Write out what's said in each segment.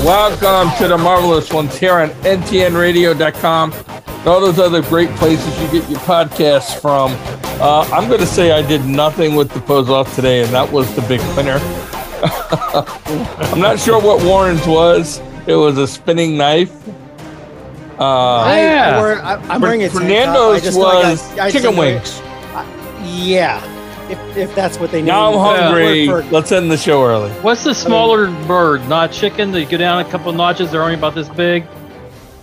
NTN.com to the marvelous ones here on NTNRadio.com. And all those other great places you get your podcasts from. Uh, I'm going to say I did nothing with the pose off today, and that was the big winner. I'm not sure what Warren's was. It was a spinning knife. Uh, I, Yeah. we're- I, am Fer- wearing it. Fernando's was chicken wings. yeah, if, if that's what they need. Now I'm hungry. Word for- Let's end the show early. What's the smaller bird? Not chicken. They go down a couple notches. They're only about this big.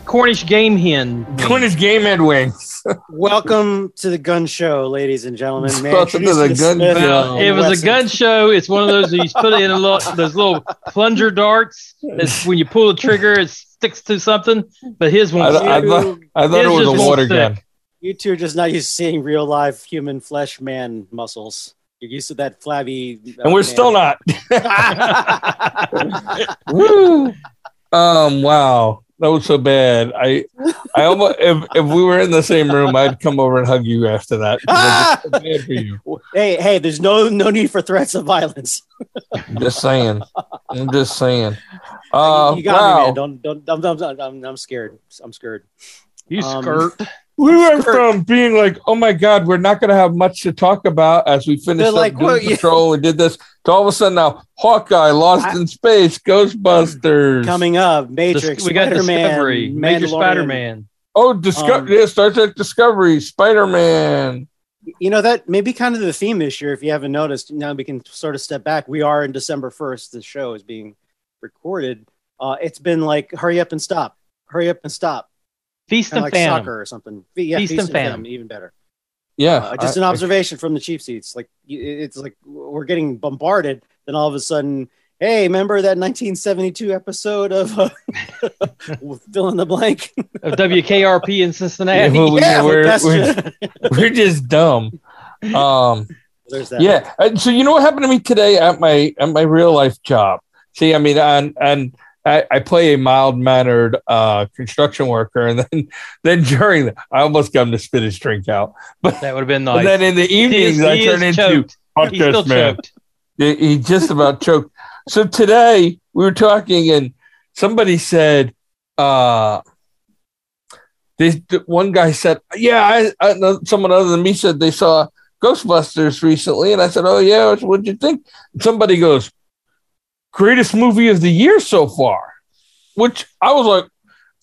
Cornish game hen. Cornish game head wings. Welcome to the gun show, ladies and gentlemen. Man, Welcome to the introduce gun Smith show. and It was a Wesson. gun show. It's one of those that you put it in a little, those little plunger darts. It's when you pull the trigger, it sticks to something. But his I, one, I, I thought, I thought it It's was just a water stick. gun. You two are just not used to seeing real live human flesh man muscles. You're used to that flabby. uh, And we're man. still not. Woo. Um. Wow. That was so bad. I, I almost if, if we were in the same room, I'd come over and hug you after that. Ah! It was so bad for you. hey, hey! There's no no need for threats of violence. I'm just saying. I'm just saying. You- Uh, you got me, man. wow. Don't don't. I'm, I'm, I'm, I'm scared. I'm scared. you Um, skirt. We went from being like, "Oh my God, we're not going to have much to talk about" as we finished They're up like, Doom what- Patrol and did this, to all of a sudden now, Hawkeye, Lost in Space, Ghostbusters, Coming up, Dis- Matrix. we got Spider-Man, Discovery. Major Mandalorian. Spider-Man. Oh, Discover Um, yeah, Star Trek Discovery, Spider Man. You know that may be kind of the theme this year. If you haven't noticed, now we can sort of step back. We are in December first. The show is being recorded. Uh, it's been like hurry up and stop, hurry up and stop, Feast kind of and like Phantom. soccer or something. Fe- Yeah, Feast Feast, and and Famine, Famine. even better. Yeah, Uh, just an observation from the cheap seats. Like y- it's like we're getting bombarded. Then all of a sudden, hey, remember that 1972 episode of uh, fill in the blank? of WKRP in Cincinnati. Yeah, well, we- yeah, we're- that's we're- just- we're just dumb. Um, there's that. yeah. And so you know what happened to me today at my at my real life job? See, I mean, and and I, I play a mild mannered uh, construction worker, and then then during the, I almost got him to spit his drink out, that would have been and nice. then in the evenings I turn into choked. podcast He's still man. choked. He he just about choked. So today we were talking, and somebody said, uh, this th- one guy said, Yeah, I, I know someone other than me said they saw Ghostbusters recently. And I said, Oh, yeah, what'd- what'd you think? And somebody goes, Greatest movie of the year so far, which I was like,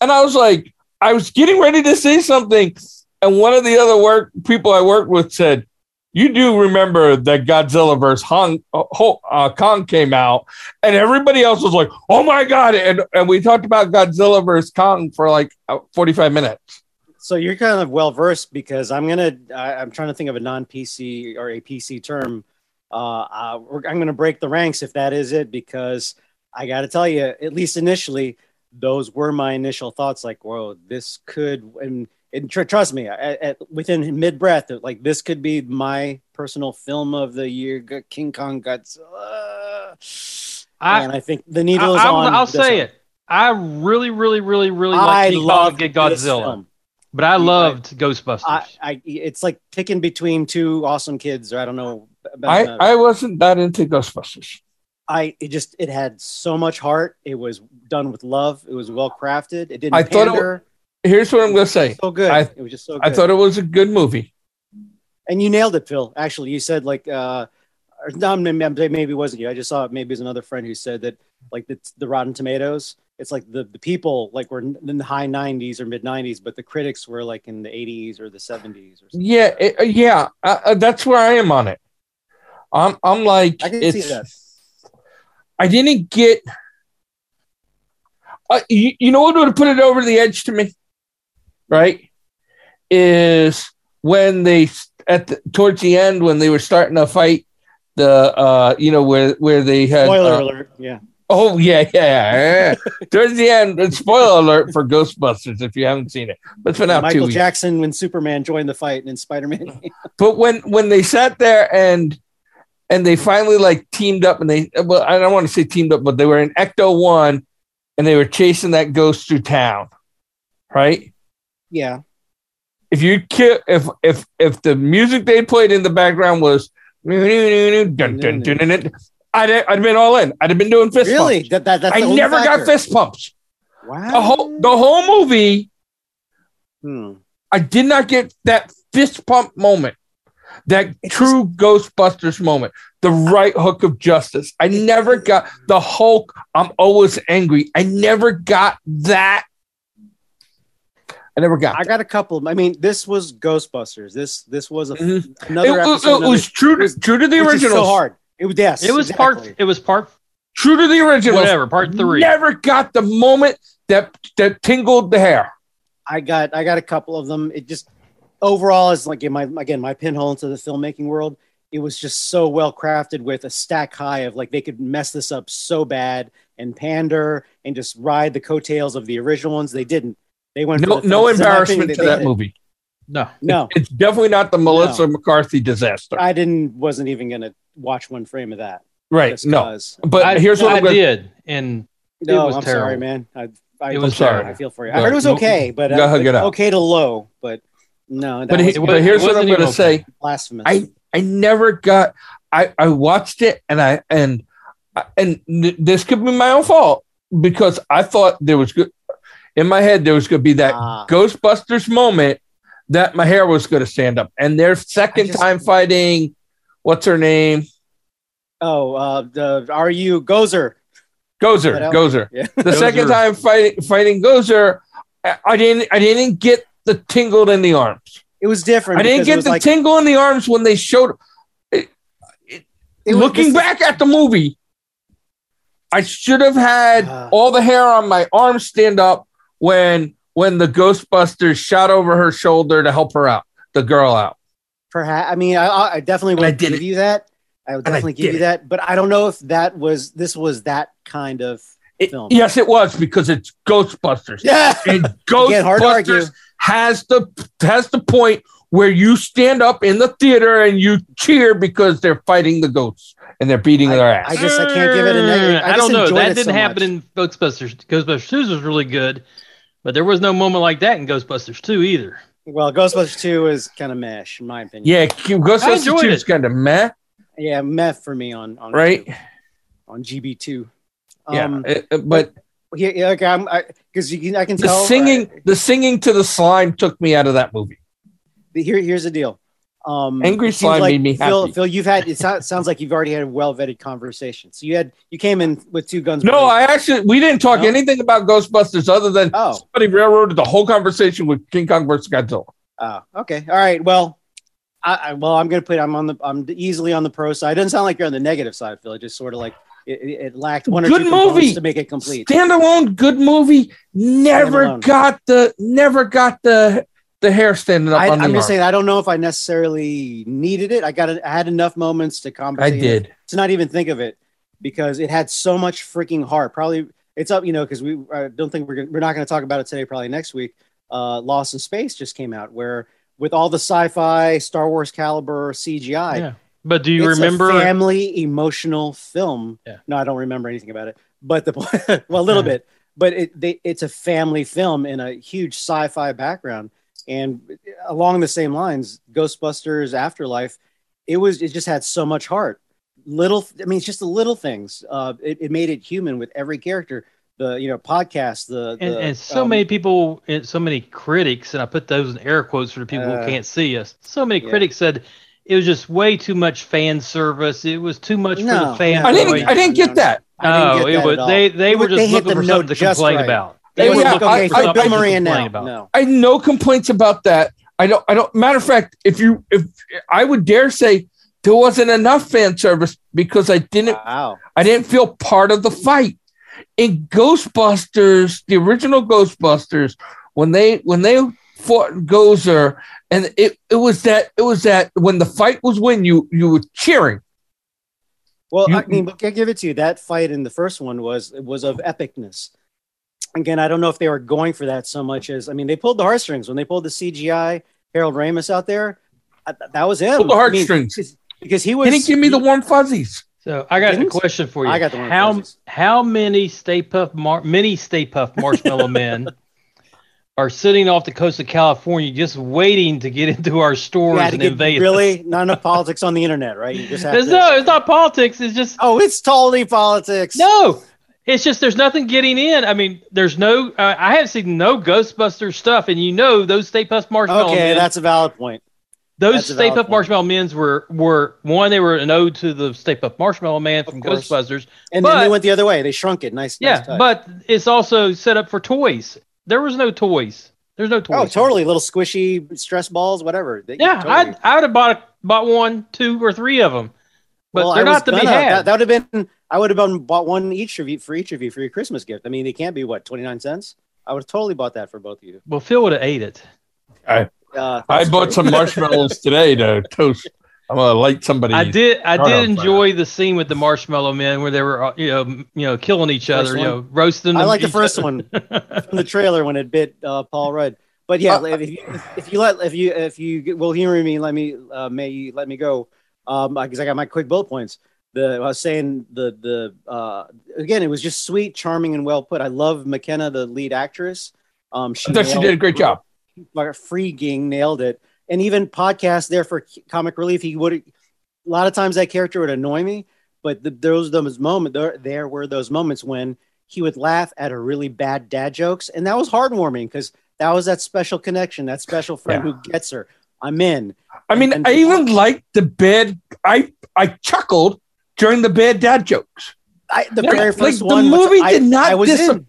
and I was like, I was getting ready to say something. And one of the other work people I worked with said, you do remember that Godzilla vs. Hong, uh, Ho- uh, Kong came out, and everybody else was like, "Oh my god!" And and we talked about Godzilla vs. Kong for like uh, forty-five minutes. So you're kind of well versed because I'm gonna. I, I'm trying to think of a non PC or a PC term. Uh, uh, we're, I'm gonna break the ranks if that is it because I got to tell you, at least initially, those were my initial thoughts. Like, whoa, this could. And, and tr- trust me, at, at, within mid breath, like this could be my personal film of the year. G- King Kong Godzilla. I- and I think the needle is I, on. will this say one. it. I really, really, really, really I like King Kong love and this Godzilla, film. but I I- loved Ghostbusters. I, I it's like picking between two awesome kids or I don't know I, about I, I wasn't that into Ghostbusters. it just it had so much heart it was done with love it was well crafted it didn't I thought it pander. Here's what I'm going to say. so good I- it was just so I good thought it was a good movie. and you nailed it Phil actually you said like uh or no, maybe maybe it wasn't you I just saw it maybe it was another friend who said that like the, the Rotten Tomatoes it's like the, the people like were in the high 90s or mid 90s but the critics were like in the 80s or the 70s or something Yeah, it- uh, yeah, uh, uh, that's where I am on it. I'm I'm like I can see it's, that. I didn't get. Uh, you, you know what would have put it over the edge to me, right? Is when they at the, towards the end when they were starting to fight the uh you know where where they had spoiler uh, alert yeah oh yeah yeah, yeah. towards the end and spoiler alert for Ghostbusters if you haven't seen it but it's been out two Michael weeks. Jackson when Superman joined the fight and Spider Man but when when they sat there and and they finally like teamed up and they well i don't want to say teamed up but they were in ecto one and they were chasing that ghost through town right Yeah. if you kill if if if the music they played in the background was dun, dun, dun, dun, dun, I'd, I'd been all in i'd have been doing fist really? pumps That, that, that's the i only never got factor. fist pumps Wow. The whole the whole movie, Hmm. I did not get that fist pump moment, that It true Ghostbusters moment, the right hook of justice. I never got the Hulk. I'm always angry. I never got that. I never got. I got a couple. I mean, this was Ghostbusters. This this was a, Mhm. It, another was- episode. it another- was true to, true to the which is original. So hard. It was yes. It was part. exactly. It was part. True to the original. Whatever. Part three. Never got the moment that that tingled the hair. I got I got a couple of them. It just overall is like in my again my pinhole into the filmmaking world. It was just so well crafted with a stack high of like they could mess this up so bad and pander and just ride the coattails of the original ones. They didn't. They went for No, the- no it's in my opinion, embarrassment they- to they that did. movie. No. No, It's definitely not the Melissa McCarthy disaster. I didn't. Wasn't even gonna watch one frame of that. right. just No. 'cause. But I, here's what I I'm gonna did, and No, was I'm sorry, terrible. man. I, I, It was I'm sorry. terrible. I feel for you. I Look, heard it was you- okay, but go uh, hug it up. okay to low, but no, that but, he- was it but here's what I'm wasn't going to even say. blasphemous. I I never got. I I watched it and I and and th- this could be my own fault because I thought there was good in my head there was going to be that Ah, Ghostbusters moment that my hair was going to stand up and their second I just- time fighting. What's her name? oh, uh, the are you Gozer? Gozer. What else? Gozer. Yeah. The second Gozer. time fighting fighting Gozer, I, I didn't I didn't get the tingled in the arms. It was different. I didn't because it get was the like, tingle in the arms when they showed. It, it- It was- looking this back is- at the movie, I should have had Ah. all the hair on my arms stand up when when the Ghostbusters shot over her shoulder to help her out, the girl out. perhaps. I mean, I, I I definitely And I would did give you that. I would And I definitely did give you it. that, but I don't know if that was this was that kind of It- Film. yes, it was because it's Ghostbusters. yeah. And Again, hard to argue. Ghostbusters has the has the point where you stand up in the theater and you cheer because they're fighting the ghosts and they're beating their ass. I just- I can't give it a negative. I I, just don't know. enjoyed That it so didn't happen in Ghostbusters. Ghostbusters Two was really good, but there was no moment like that in Ghostbusters Two either. Well, Ghostbusters Two is kind of mesh, in my opinion. yeah, Ghostbusters enjoyed two is it. kind of meh, yeah, meth for me on on right? on GB two. Um, yeah, it- it- but Yeah, yeah, okay, I'm because you can, I can the tell. singing, uh, the singing to the slime took me out of that movie. here, here's the deal. Um, Angry it seems slime made me Phil, happy. Phil, you've had it so- sounds like you've already had a well vetted conversation. So you had you came in with two guns. No, I blazing. actually we didn't talk No? anything about Ghostbusters other than Oh, somebody railroaded the whole conversation with King Kong versus Godzilla. oh, okay, all right. Well, I, I well, I'm gonna put. I'm on the. I'm easily on the pro side. It doesn't sound like you're on the negative side, Phil. It just sort of like it, it it lacked one or Good two components movie. to make it complete. Standalone, good movie. Never Standalone. got the never got the the hair standing up I, on the I'm arm. just saying. I don't know if I necessarily needed it. I got. I had enough moments to I compensate. did. to not even think of it because it had so much freaking heart. Probably it's up, you know, because we I don't think we're gonna, we're not going to talk about it today. Probably next week. Uh, Lost in Space just came out, where with all the sci-fi, Star Wars caliber CGI. Yeah. But do you it's a remember? family emotional film? Yeah. No, I don't remember anything about it. But the well, a little Yeah. bit. But it they, it's a family film in a huge sci-fi background, and along the same lines, Ghostbusters Afterlife. It was it just had so much heart. Little, I mean, it's just the little things. Uh, it, it made it human with every character. The you know podcast. The, and, the, and so um, many people and so many critics and i put those in air quotes for the people Uh, who can't see us so many yeah. critics said it was just way too much fan service it was too much for No, the fan no, I no, didn't. no, I didn't no, get no. that. I didn't no get it that was at all. they they It were was- just they hit looking the for note something to just complain right. about They they Yeah, were were yeah, like, looking okay, for I- quit something to boomerang now. complain about No, I had no complaints about that. I don't. I don't. Matter of fact, if you, if I would dare say, there wasn't enough fan service because I didn't. wow. I didn't feel part of the fight. In Ghostbusters, the original Ghostbusters, when they when they fought Gozer, and it it was that it was that when the fight was win, you you were cheering. Well, You- I mean, I give it to you. That fight in the first one was was of epicness. Again, I don't know if they were going for that so much as I mean, they pulled the heartstrings when they pulled the CGI Harold Ramis out there. I, th- that was him. Pulled the I mean, heartstrings. because- because he was. Didn't give me the warm fuzzies. so i got Didn't? a question for you I got the one. how closest. how many stay puff mar- many stay puff marshmallow men are sitting off the coast of california just waiting to get into our You stores had to and get invade us? really not enough politics on the internet, right? You just have It's to, no it's not politics it's just Oh, it's totally politics. No, It's just there's nothing getting in. I mean, there's no. Uh, I have seen no Ghostbusters stuff, and you know those Stay Puft Marshmallow Okay, Men. that's a valid point. those that's a Stay valid Puft point. Marshmallow Men's were were one. They were an ode to the Stay Puft Marshmallow Man from course. Ghostbusters. And But- then they went the other way. They shrunk it. Nice. Yeah, nice touch. but it's also set up for toys. There was no toys. There's no toys. oh, totally. Little squishy stress balls, whatever. They- Yeah, totally. I'd, I would have bought bought one, two, or three of them, but Well, they're I was not to be gonna- had. That, would have been. I would have been bought one each of you for each of you for your Christmas gift. I mean, they can't be what twenty nine cents. I would have totally bought that for both of you. well, Phil would have ate it. Uh, I that's bought true. some marshmallows today to toast. I'm gonna light somebody. I did. I Start on did fire. enjoy the scene with the marshmallow men where they were, uh, you know, m- you know, killing each First other, you one? know, roasting. I them- like the each first other. one from the trailer when it bit uh, Paul Rudd. But Uh, yeah, if, you, if you let if you if you get- will humor me, let me uh, may you let me go because I got my quick bullet points. The I was saying the the uh, again, it was just sweet, charming, and well put. I love McKenna, the lead actress. Um, she I thought she nailed- did a great job. like freaking nailed it. And even podcast there for comic relief, he would a lot of times that character would annoy me, but the, those those moments there, there were those moments when he would laugh at her really bad dad jokes, and that was heartwarming because that was that special connection, that special friend who gets her. I'm in. I mean, And- I even liked the bad. I I chuckled during the bad dad jokes. I, the Yeah, very like, first the one, was- movie I- did not I was dis- in.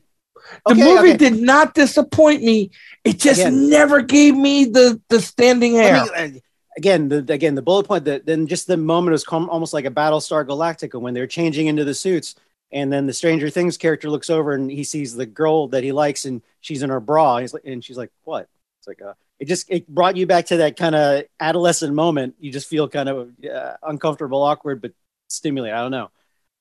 The Okay, movie okay. did not disappoint me. It just Again. never gave me the the standing hair. I mean, uh, again, the again the bullet point. That then just the moment was com- almost like a Battlestar Galactica when they're changing into the suits, and then the Stranger Things character looks over and he sees the girl that he likes, and she's in her bra, and, he's like, and she's like, "What?" It's like, uh, it just it brought you back to that kind of adolescent moment. You just feel kind of uh, uncomfortable, awkward, but stimulated. I don't know.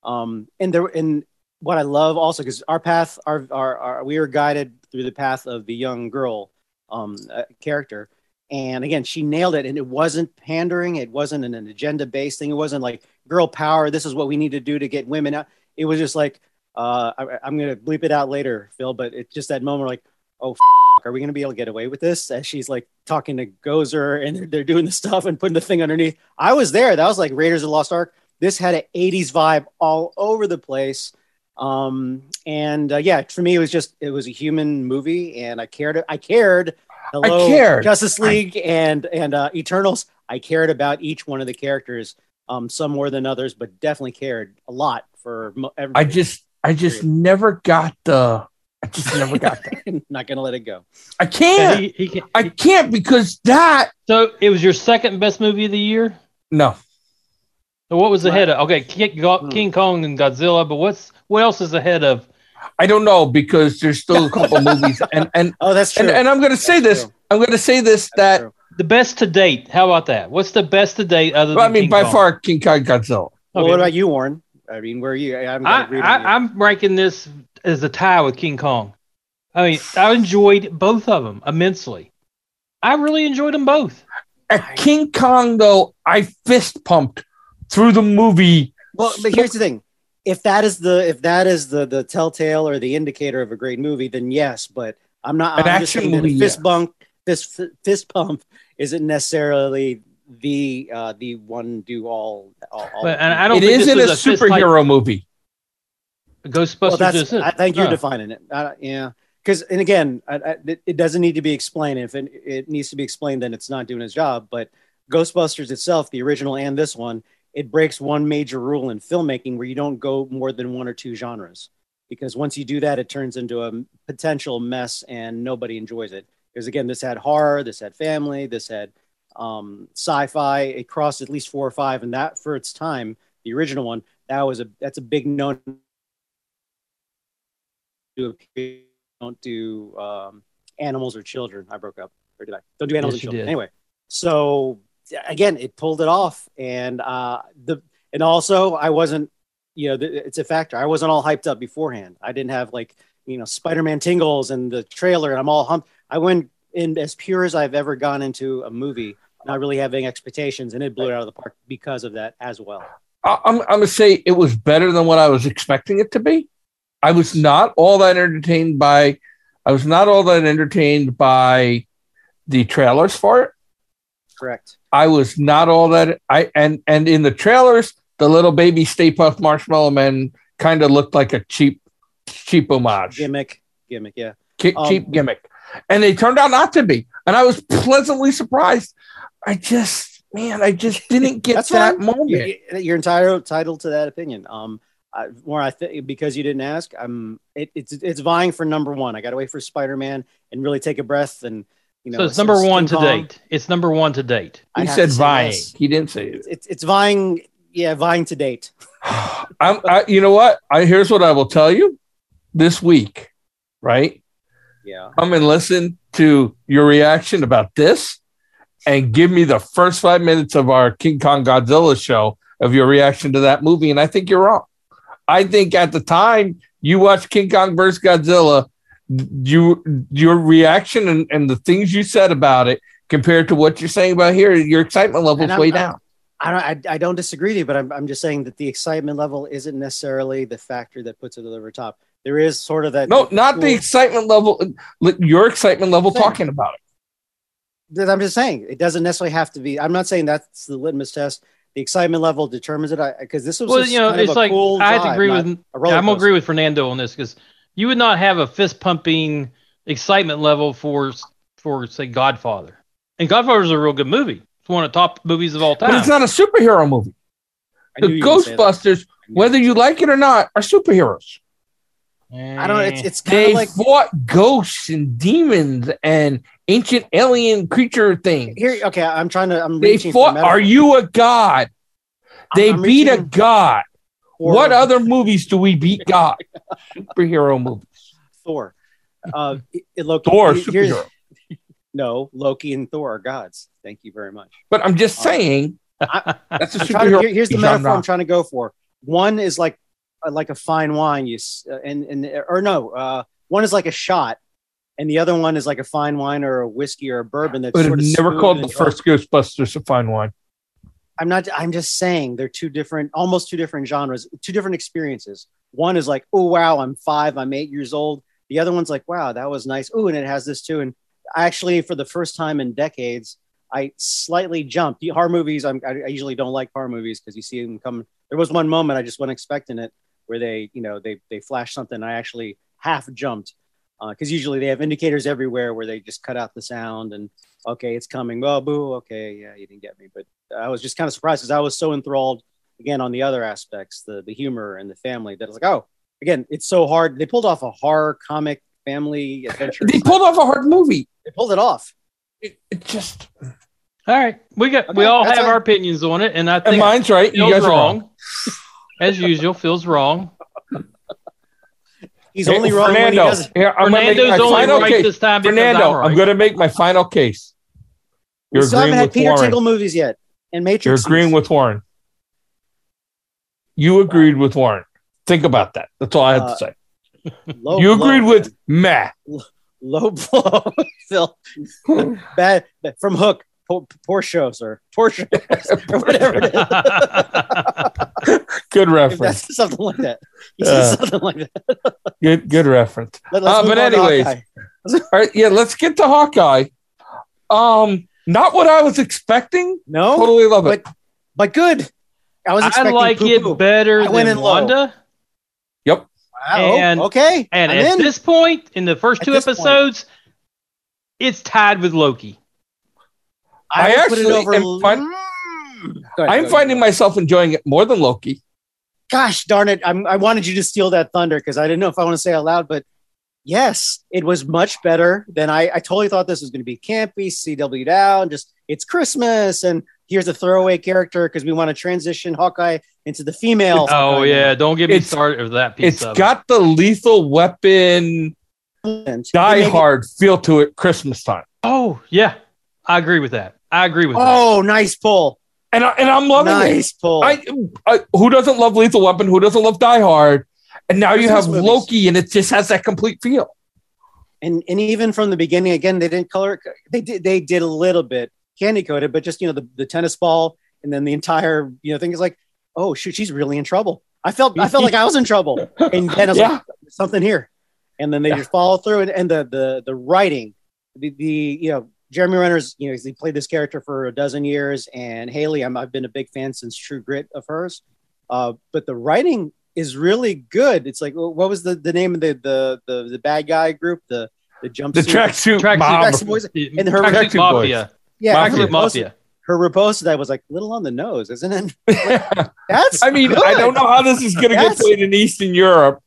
Um, and there and what I love also because our path, our, our our we are guided through the path of the young girl um uh, character and again, she nailed it. And it wasn't pandering. It wasn't an, agenda based thing. It wasn't like girl power. This is what we need to do to get women out. It was just like, uh, I, I'm going to bleep it out later, Phil, but it's just that moment like, oh, f- are we going to be able to get away with this? As she's like talking to Gozer and they're, they're doing the stuff and putting the thing underneath. I was there. That was like Raiders of the Lost Ark. This had an 80s vibe all over the place. Um, and uh, yeah, for me, it was just, it was a human movie and I cared. I cared. Hello, cared. Justice League and and uh, Eternals. I cared about each one of the characters, um, some more than others, but definitely cared a lot for mo- I everybody. just I just never got the. I just never got that. Not gonna let it go. I Yeah, can't. he- he can- I can't because that so it was your second best movie of the year. no. So what was Right. ahead of? Okay, King, Go- Hmm. King Kong and Godzilla, but what's what else is ahead of? I don't know because there's still a couple movies and and Oh, that's true. and, and I'm gonna say this. That's true. I'm gonna say this That's that true. The best to date. How about that? What's the best to date other than well, I mean King by Kong? far King Kong Godzilla. Well, Okay. what about you, Warren? I mean, where are you? I, I'm I, gonna read on you. I, I'm ranking this as a tie with King Kong. I mean, I enjoyed both of them immensely. I really enjoyed them both. At King Kong though, I fist pumped through the movie. Well, but here's the thing: if that is the if that is the the telltale or the indicator of a great movie, then yes. But I'm not. An I'm just action saying that a movie, fist yes. bump, fist fist pump, isn't necessarily the uh the one do all. all, all But, and I don't It think this isn't a was a fist fight. superhero movie. Well, Ghostbusters that's. is it. I think you're No. defining it. I, don't- yeah. Because and again, I, I, it- it doesn't need to be explained. If it, it needs to be explained, then it's not doing its job. But Ghostbusters itself, the original and this one, it breaks one major rule in filmmaking where you don't go more than one or two genres. Because once you do that, it turns into a potential mess and nobody enjoys it. Because again, this had horror, this had family, this had um, sci-fi. It crossed at least four or five, and that for its time, the original one, that was a that's a big no. Do don't do um, animals or children. I broke up. Or did I? Don't do animals and Yes, you children. did. Anyway, so again, it pulled it off, and uh, the and also I wasn't, you know, th- it's a factor. I wasn't all hyped up beforehand. I didn't have like you know Spider-Man tingles and the trailer, and I'm all humped. I went in as pure as I've ever gone into a movie, not really having expectations, and it blew it out of the park because of that as well. I, I'm I'm gonna say it was better than what I was expecting it to be. I was not all that entertained by. I was not all that entertained by the trailers for it. Correct. I was not all that I and and in the trailers, the little baby Stay Puft Marshmallow Man kind of looked like a cheap cheap homage, gimmick, gimmick. Yeah, Ki- um, cheap gimmick, and they turned out not to be. And I was pleasantly surprised. I just, man, I just didn't get That's that fine. moment. You- you- you're entitled entitled to that opinion. Um, I, more I think because you didn't ask, I'm it, it's it's vying for number one. I got to wait for Spider Man and really take a breath and you know. so it's number some one to King Kong. date. It's number one to date. I'd He have said to say vying. yes. He didn't say it. It's, it's it's vying, yeah, vying to date. I'm, I, you know what? I here's what I will tell you this week, right? Yeah, Come and listen to your reaction about this, and give me the first five minutes of our King Kong Godzilla show of your reaction to that movie. And I think you're wrong. I think at the time you watched King Kong versus Godzilla, you your reaction and, and the things you said about it compared to what you're saying about here, your excitement level's And I'm- way I'm- down. I don't I, I don't disagree with you, but I'm I'm just saying that the excitement level isn't necessarily the factor that puts it over top. There is sort of that. No, not the cool- excitement level. like, Your excitement level Same. talking about it. that I'm just saying it doesn't necessarily have to be. I'm not saying that's the litmus test. The excitement level determines it because this was Well, just you know, kind of it's a like cool I have to drive, agree not with. a roller Yeah, I'm gonna coaster. agree with Fernando on this because you would not have a fist pumping excitement level for for say Godfather, and Godfather is a real good movie. It's one of the top movies of all But time. it's Ah. not a superhero movie. I The knew you would say that. Ghostbusters, whether you like it or not, are superheroes. I don't. It's Eh. it's kind They of like fought ghosts and demons and ancient alien creature things. here. Okay, I'm trying to. I'm They reaching fought. For a Are you a god? They I'm beat a reaching god. metaphor What of other movies do we beat God? superhero movies. Thor? Uh, it, it- Loki. Thor, here- here's- superhero. No, Loki and Thor are gods. Thank you very much. But I'm just saying, that's a Uh, I'm trying to, superhero. here- here's the genre. metaphor I'm trying to go for. One is like uh, like a fine wine, you s- uh, and and or no, uh, one is like a shot, and the other one is like a fine wine or a whiskey or a bourbon. That's I would sort have of never smooth called and the first Ghostbusters a fine wine. I'm not. I'm just saying they're two different, almost two different genres, two different experiences. One is like, oh wow, I'm five, I'm eight years old. The other one's like, wow, that was nice. Oh, and it has this too. And actually, for the first time in decades, I slightly jumped. The horror movies, I'm, I I usually don't like horror movies because you see them come. There was one moment I just wasn't expecting it, where they, you know, they they flash something. I actually half jumped because usually they have indicators everywhere where they just cut out the sound and okay, it's coming. Well, boo, okay, yeah, you didn't get me, but. I was just kind of surprised because I was so enthralled again on the other aspects, the the humor and the family that I was like, oh, again, it's so hard. They pulled off a horror comic family adventure. They pulled off a hard movie. They pulled it off. It, it just all right. We got. Okay, we all that's have all. our opinions on it, and I and think mine's right. You Phil's guys are wrong. wrong. As usual, feels wrong. He's Hey, only wrong when he Fernando, doesn't. here, I'm gonna make Fernando's my only final right case. this time because Fernando, I'm right. I'm going to make my final case. We You're still agreeing haven't had with Peter Warren. Tingle movies yet, and Matrix. You're agreeing with Warren. You agreed with Warren. Think about that. That's all I have Uh, oh, to say. low you blow, agreed with man. Matt. low blow, Phil. Bad bad- from Hook. Po- Poor show, sir. Poor show, or whatever. It is. Good If reference. that's something like that. He said Uh, something like that. Good good reference. Let, uh, move but on to anyways, Hawkeye. All right, yeah, let's get to Hawkeye. Um, not what I was expecting. no, Totally love it. but good. I was I expecting like poo-poo. it better I went than in low. Wanda. Wow, and- okay, And I'm in. at this point, in the first At two this point. episodes, it's tied with Loki. I would put it actually am fin- Mm. Go ahead, I'm go finding ahead. myself enjoying it more than Loki. Gosh darn it! I'm, I wanted you to steal that thunder because I didn't know if I want to say it out loud, but yes, it was much better than I. I totally thought this was going to be campy, CW down, just it's Christmas and here's a throwaway character because we want to transition Hawkeye into the female. Oh Hawkeye yeah, don't get me It's- started with that piece. It's of it. got the lethal weapon die now. They make it- hard feel to it Christmas time. Oh yeah, I agree with that. I agree with that. Oh, nice pull! And I, and I'm loving nice pull. it. I, I who doesn't love Lethal Weapon? Who doesn't love Die Hard? And now you Christmas have movies. Loki, and it just has that complete feel. and and even from the beginning again they didn't color it- they did they did a little bit candy coated but just you know the, the tennis ball and then the entire you know thing is like oh shoot she's really in trouble i felt i felt like i was in trouble and then i was Yeah, like something here and then they just follow through and, and the the the writing the, the you know jeremy renner's you know he played this character for a dozen years and haley I'm, i've been a big fan since true grit of hers uh, but the writing is really good. It's like what was the, the name of the, the the the bad guy group? The the jumpsuit. The tracksuit Tracksuit- mob. Tracksuit boys. And her- Tracksuit Boys. mafia, Yeah, Mafia. actually, Tracksuit mafia. Her repost to that was like a little on the nose, isn't it? That's I mean, I good. don't know how this is going to get That's- played in Eastern Europe,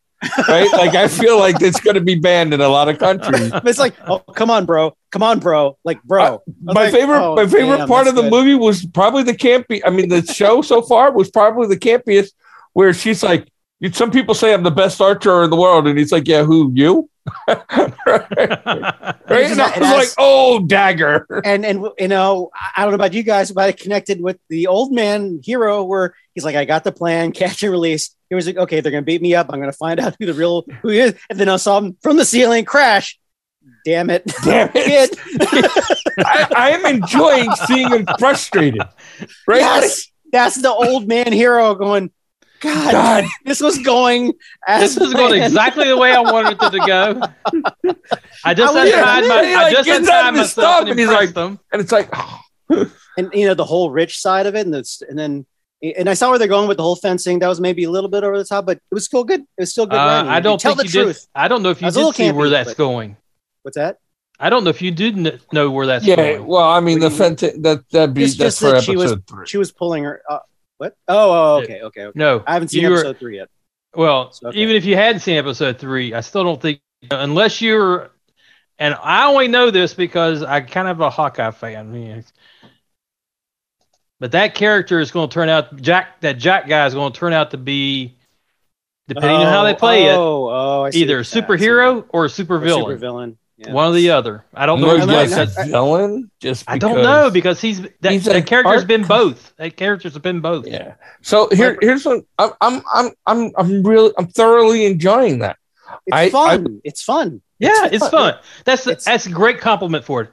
right? Like, I feel like it's going to be banned in a lot of countries. But it's like, oh come on, bro, come on, bro, like bro. Uh, I was My like, favorite, oh, my favorite damn, part that's of the good. movie was probably the campy. I mean, the show so far was probably the campiest, where she's like, you- "Some people say I'm the best archer in the world," and he's like, "Yeah, who you?" right? It's And I not- was like, "Oh, dagger." and and you know I- i don't know about you guys but i connected with the old man hero where he's like i got the plan catch and release he was like okay they're gonna beat me up i'm gonna find out who the real who he is and then i saw him from the ceiling crash damn it Damn it! kid I, I am enjoying seeing him frustrated. Right? yes that's the old man hero going god, God this was going as This is going planned." exactly the way I wanted it to go. I just I was- untied my, Yeah, I like, just gets out untied of his myself stuff and and he's impressed like- them. and it's like and you know the whole rich side of it and it's and then and I saw where they're going with the whole fencing. That was maybe a little bit over the top, but it was still good. It was still good. Uh, writing. I You don't tell think the you truth. did. I don't know if I you was a little did see where campy, that's but- going. What's that? I don't know if you did kn- know where that's yeah. going. Well, I mean, the What do you fenta- that that be It's that's just for that she episode was- three. she was pulling her. Uh, what? Oh, oh, okay, okay, okay. No, I haven't seen You were- episode three yet. Well, So, okay. even if you hadn't seen episode three, I still don't think unless you're, and I only know this because I kind of a Hawkeye fan. yeah. But that character is going to turn out Jack. That Jack guy is going to turn out to be, depending on how they play oh, Oh, I it, see either a what you- yeah, I see superhero or a what- or supervillain, supervillain. Yeah. one or the uh, other. I don't know. No, which one. yes, I- a villain. Just I don't because- know because he's that, He's a that character's art- been both. That character's been both. Yeah. So here, here's one. I'm, I'm, I'm, I'm, I'm really, I'm thoroughly enjoying that. It's I- fun. it's fun. Yeah, It's it's, fun. fun. That's It's- that's a great compliment for it.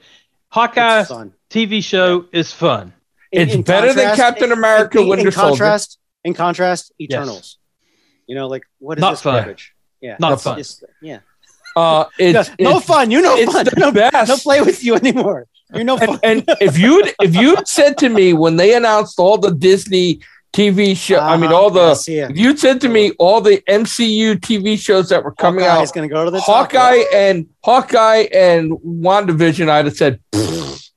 Hawkeye It's fun. TV show is fun. In- it's in better than contrast- Captain in- America: in- in, Winter Soldier. contrast, In contrast, Eternals. You know, like what is Not this fun. garbage? Yeah, Not That's fun. Just- yeah. Uh, it's, no, no it's, fun. You're no it's fun. the I don't, I best. don't play with you anymore. You're no fun. and, and if you'd if you'd said to me when they announced all the Disney TV show, I mean Uh-huh. all the Yes, yeah. if you'd said to me all the MCU TV shows that were coming Hawkeye is out, going to go to the top. Hawkeye and Hawkeye and WandaVision, I'd have said. "Pfft."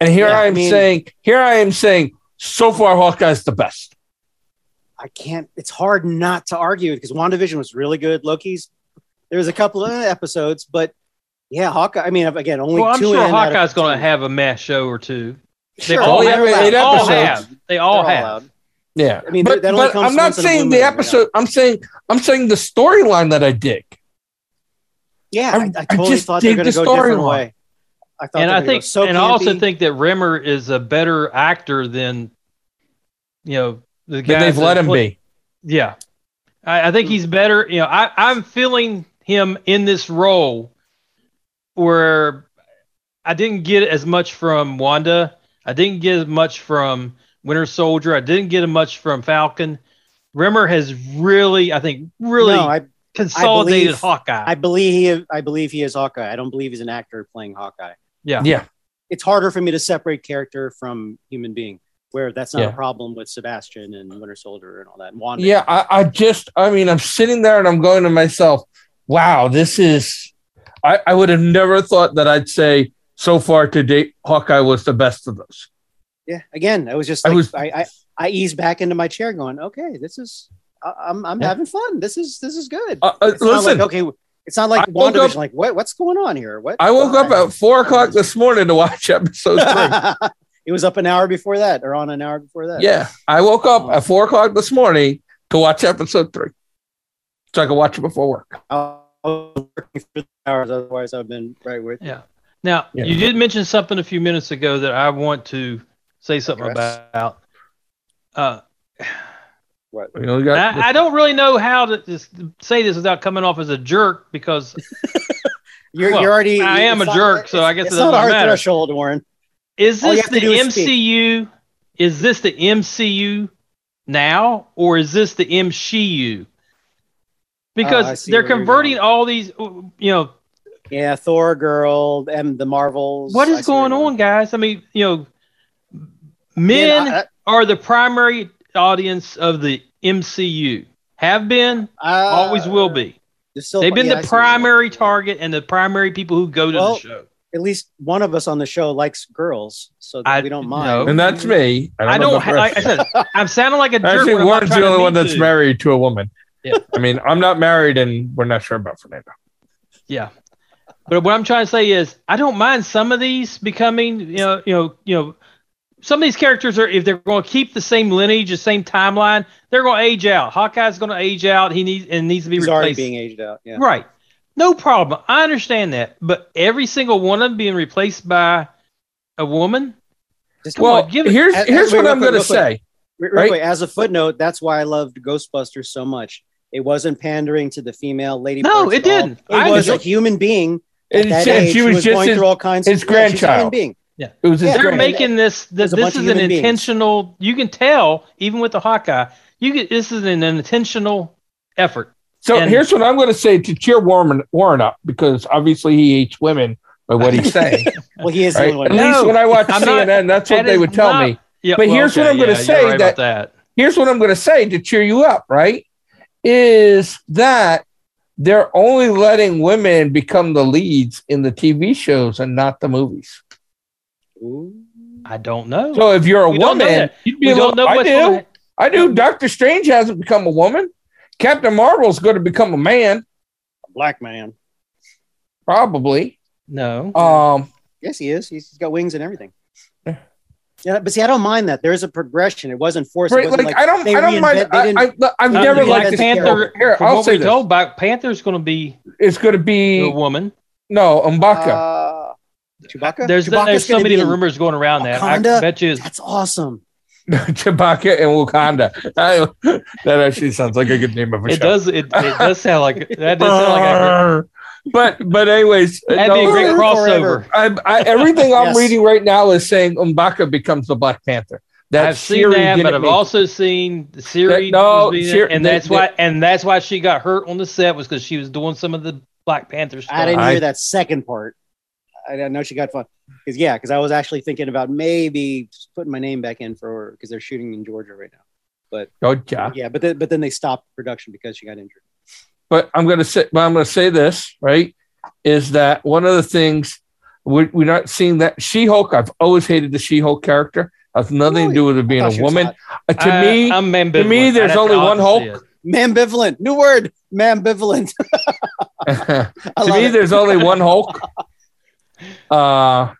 And here Yeah, I I am mean- saying, here I am saying, so far Hawkeye's the best. I can't. It's hard not to argue because WandaVision was really good. Loki's there was a couple of episodes, but yeah, Hawkeye. I mean, again, only well, I'm two. sure in out of Hawkeye's going to 10. have a mass show or two. Sure, all they're have allowed. eight They're all episodes. allowed. They all They're have. allowed. Yeah, I mean, but, that only but comes I'm not once in a blue saying the moon, yeah. episode. I'm saying I'm saying the storyline that I dig. Yeah, I- I, I I totally just thought they were dig going to the go a different storyline. way. I thought and they I were gonna think, go so and I also campy. think that Rimmer is a better actor than, you know, the guy Then they've let him be. be. Yeah, I, I think he's better. You know, I, I'm feeling him in this role where I didn't get as much from Wanda. I didn't get as much from Winter Soldier. I didn't get as much from Falcon. Rimmer has really, I think, really no, I, consolidated believe- Hawkeye. I believe he, I believe he is Hawkeye. I don't believe he's an actor playing Hawkeye. yeah. Yeah, It's harder for me to separate character from human being, where that's not Yeah. a problem with Sebastian and Winter Soldier and all that. And Wanda. yeah. I, I just, I mean, I'm sitting there and I'm going to myself, "Wow, this is." I, I would have never thought that I'd say so far to date, Hawkeye was the best of those. yeah again i was just I like, I, was- I, I eased back into my chair going okay this is I, i'm i'm Yeah. having fun this is this is good Uh, uh, It's not listen, like, okay it's not like I woke WandaVision, up- like what what's going on here what I woke up why? at four o'clock this morning to watch episode three. it was up an hour before that or on an hour before that Yeah, I woke up at four o'clock this morning to watch episode three, so I could watch it before work. i was working for hours otherwise i've been right with you. Yeah. Now Yeah. you did mention something a few minutes ago that I want to say something Address. about. Uh, what You know, we and got- I, I don't really know how to just say this without coming off as a jerk because you're, Well, you're already I am it's a jerk, so it's- I guess it it's doesn't not our matter. threshold warren is All you this have to the do is MCU? Is this the MCU now, or is this the MCU? Oh, I Because see they're where you're converting going. all these, uh, you know, yeah thor girl and the marvels what I is see where going you're on, guys? I mean, you know, Man, men I- I- are the primary audience of the MCU. have been, Uh, always will be. they're still- They've been yeah, I the see what you mean. primary target and the primary people who go to Well, the show. At least one of us on the show likes girls, so that I- we don't no. mind. and that's me. Oh. I know don't. the Ha- rest. like I said, I'm sounding like a jerk. Actually, when I'm not one's trying the to only be one that's to. married to a woman. Yeah. I mean, I'm not married, and we're not sure about Fernando. Yeah. But what I'm trying to say is, I don't mind some of these becoming, you know, you know, you know, some of these characters are if they're going to keep the same lineage, the same timeline, they're going to age out. Hawkeye's going to age out. He needs and needs to be He's already replaced. being aged out. Yeah. Right. No problem. I understand that. But every single one of them being replaced by a woman, Just- Come well, on, give it- here's As- here's wait, what real I'm quick, going to real quick. say. Re- Right? Real quick, as a footnote, that's why I loved Ghostbusters so much. It wasn't pandering to the female lady. No, parts it at all. didn't. It I was a enjoyed- human being. At And that she, and age, she was, just going his, through all kinds. his yeah, she's a human grandchild. being. it was his Yeah, they're grand- right. making this that There's a bunch this of is an human beings. intentional you can tell even with the hawkeye you can this is an intentional effort So and- here's what I'm going to say to cheer Warren Warren up because obviously he hates women by what he's saying. Well, he is the right? only At one. No, least when I watch I'm not- CNN, that's what That they is would tell not- me. yeah But well, here's what okay, I'm gonna yeah, you're say right about that here's what I'm going to say to cheer you up, right? Is that they're only letting women become the leads in the TV shows and not the movies. Ooh. i don't know So if you're a We don't know woman, that. you'd be we a don't little, know I what's do. going I do. Doctor Strange hasn't become a woman. Captain Marvel's going to become a man, Black man. probably. no Um, Yes, he is. He's he's got wings and everything. Yeah, but see, I don't mind that. There is a progression. It wasn't forced. It right, wasn't like, like, I don't, they I don't mind. reinvent- they I, didn't- I, I've Uh, never they liked didn't this Panther- character. Here, from I'll what say we this. told black panther's going to be It's going to a be woman no Mbaka. uh, Chewbacca. Chewbacca's there's there's so gonna many be in- rumors going around that i Wakanda? bet you it's- That's awesome. Chewbacca and Wakanda. I- that actually sounds like a good name of a it show. does it, it does sound like that does sound like but but anyways, a, that'd be a Uh, no, great Wakanda crossover I, I, everything I'm Yes. reading right now is saying Umbaka becomes the Black Panther. That I've seen Shuri that, but didn't I've make- also seen the Siri. That- no, was being- Siri- and they- that's they- why, and that's why she got hurt on the set was because she was doing some of the Black Panther stuff. I didn't I- hear that second part. I I know she got fun. Cause yeah, because I was actually thinking about maybe just putting my name back in for because they're shooting in Georgia right now. Good job. Yeah, but then, but then they stopped production because she got injured. but I'm gonna say, but I'm gonna say this right is that one of the things we're, we're not seeing that She-Hulk. I've always hated the She-Hulk character. Has nothing to do with it being thought a Oh, she was woman. hot. Uh, to I- me, I'm to me, ambivalent. there's I'd have only to one honestly Hulk. see Mambivalent, new word. Mambivalent. to I love me, it. there's only one Hulk. Uh,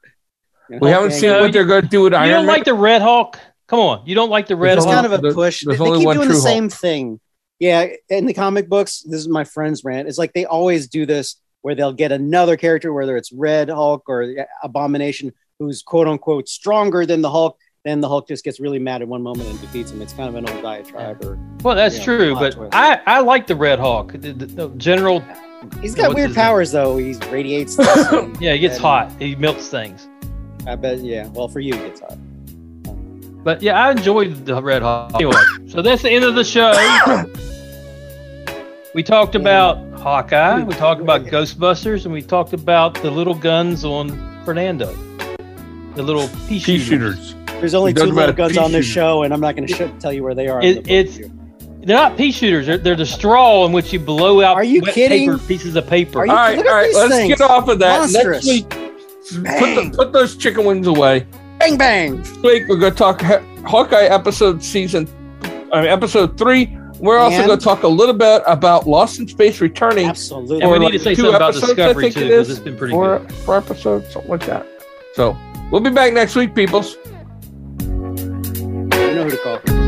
we Hulk haven't gang. seen No, what they're going to do with it. You Iron don't Man. like the Red Hulk? Come on, you don't like the Red There's It's Hulk? kind of a There's- push. They, there's they only keep one doing the true Hulk. same thing. Yeah, in the comic books, this is my friend's rant. It's like they always do this where they'll get another character, whether it's Red Hulk or Abomination, who's quote unquote stronger than the Hulk. Then the Hulk just gets really mad at one moment and defeats him. It's kind of an old diatribe. Or well, that's Yeah, true, plot but twist. I, I like the Red Hulk. The, the- the general, he's Yeah, got what's weird his name? powers though. He radiates. this and- yeah, he gets and hot. He melts things. I bet. Yeah. Well, for you, it gets hot. But yeah, I enjoyed the Red Hawk. Anyway, so that's the end of the show. we talked about Hawkeye, we talked about Ghostbusters, and we talked about the little guns on Fernando. The little pea Pea shooters. shooters. There's only He two does little about a guns on this pea show, and I'm not going to sh- tell you where they are. in It- the book. it's- They're not pea shooters. They're, they're the straw in which you blow out Are you wet kidding? paper, pieces of paper. Are you- All right, all Look at right. these Let's things. get off of that. Monstrous. Next week, put, the, Bang. put those chicken wings away. bang bang. Next week, we're going to talk Haw- Hawkeye episode season, I mean, episode three. We're also And- going to talk a little bit about Lost in Space returning Absolutely. and we or need like to say two something about episodes, I Discovery, think too, it because is, it's been pretty for, good. for episode, something like that. So we'll be back next week, peoples. You know who to call.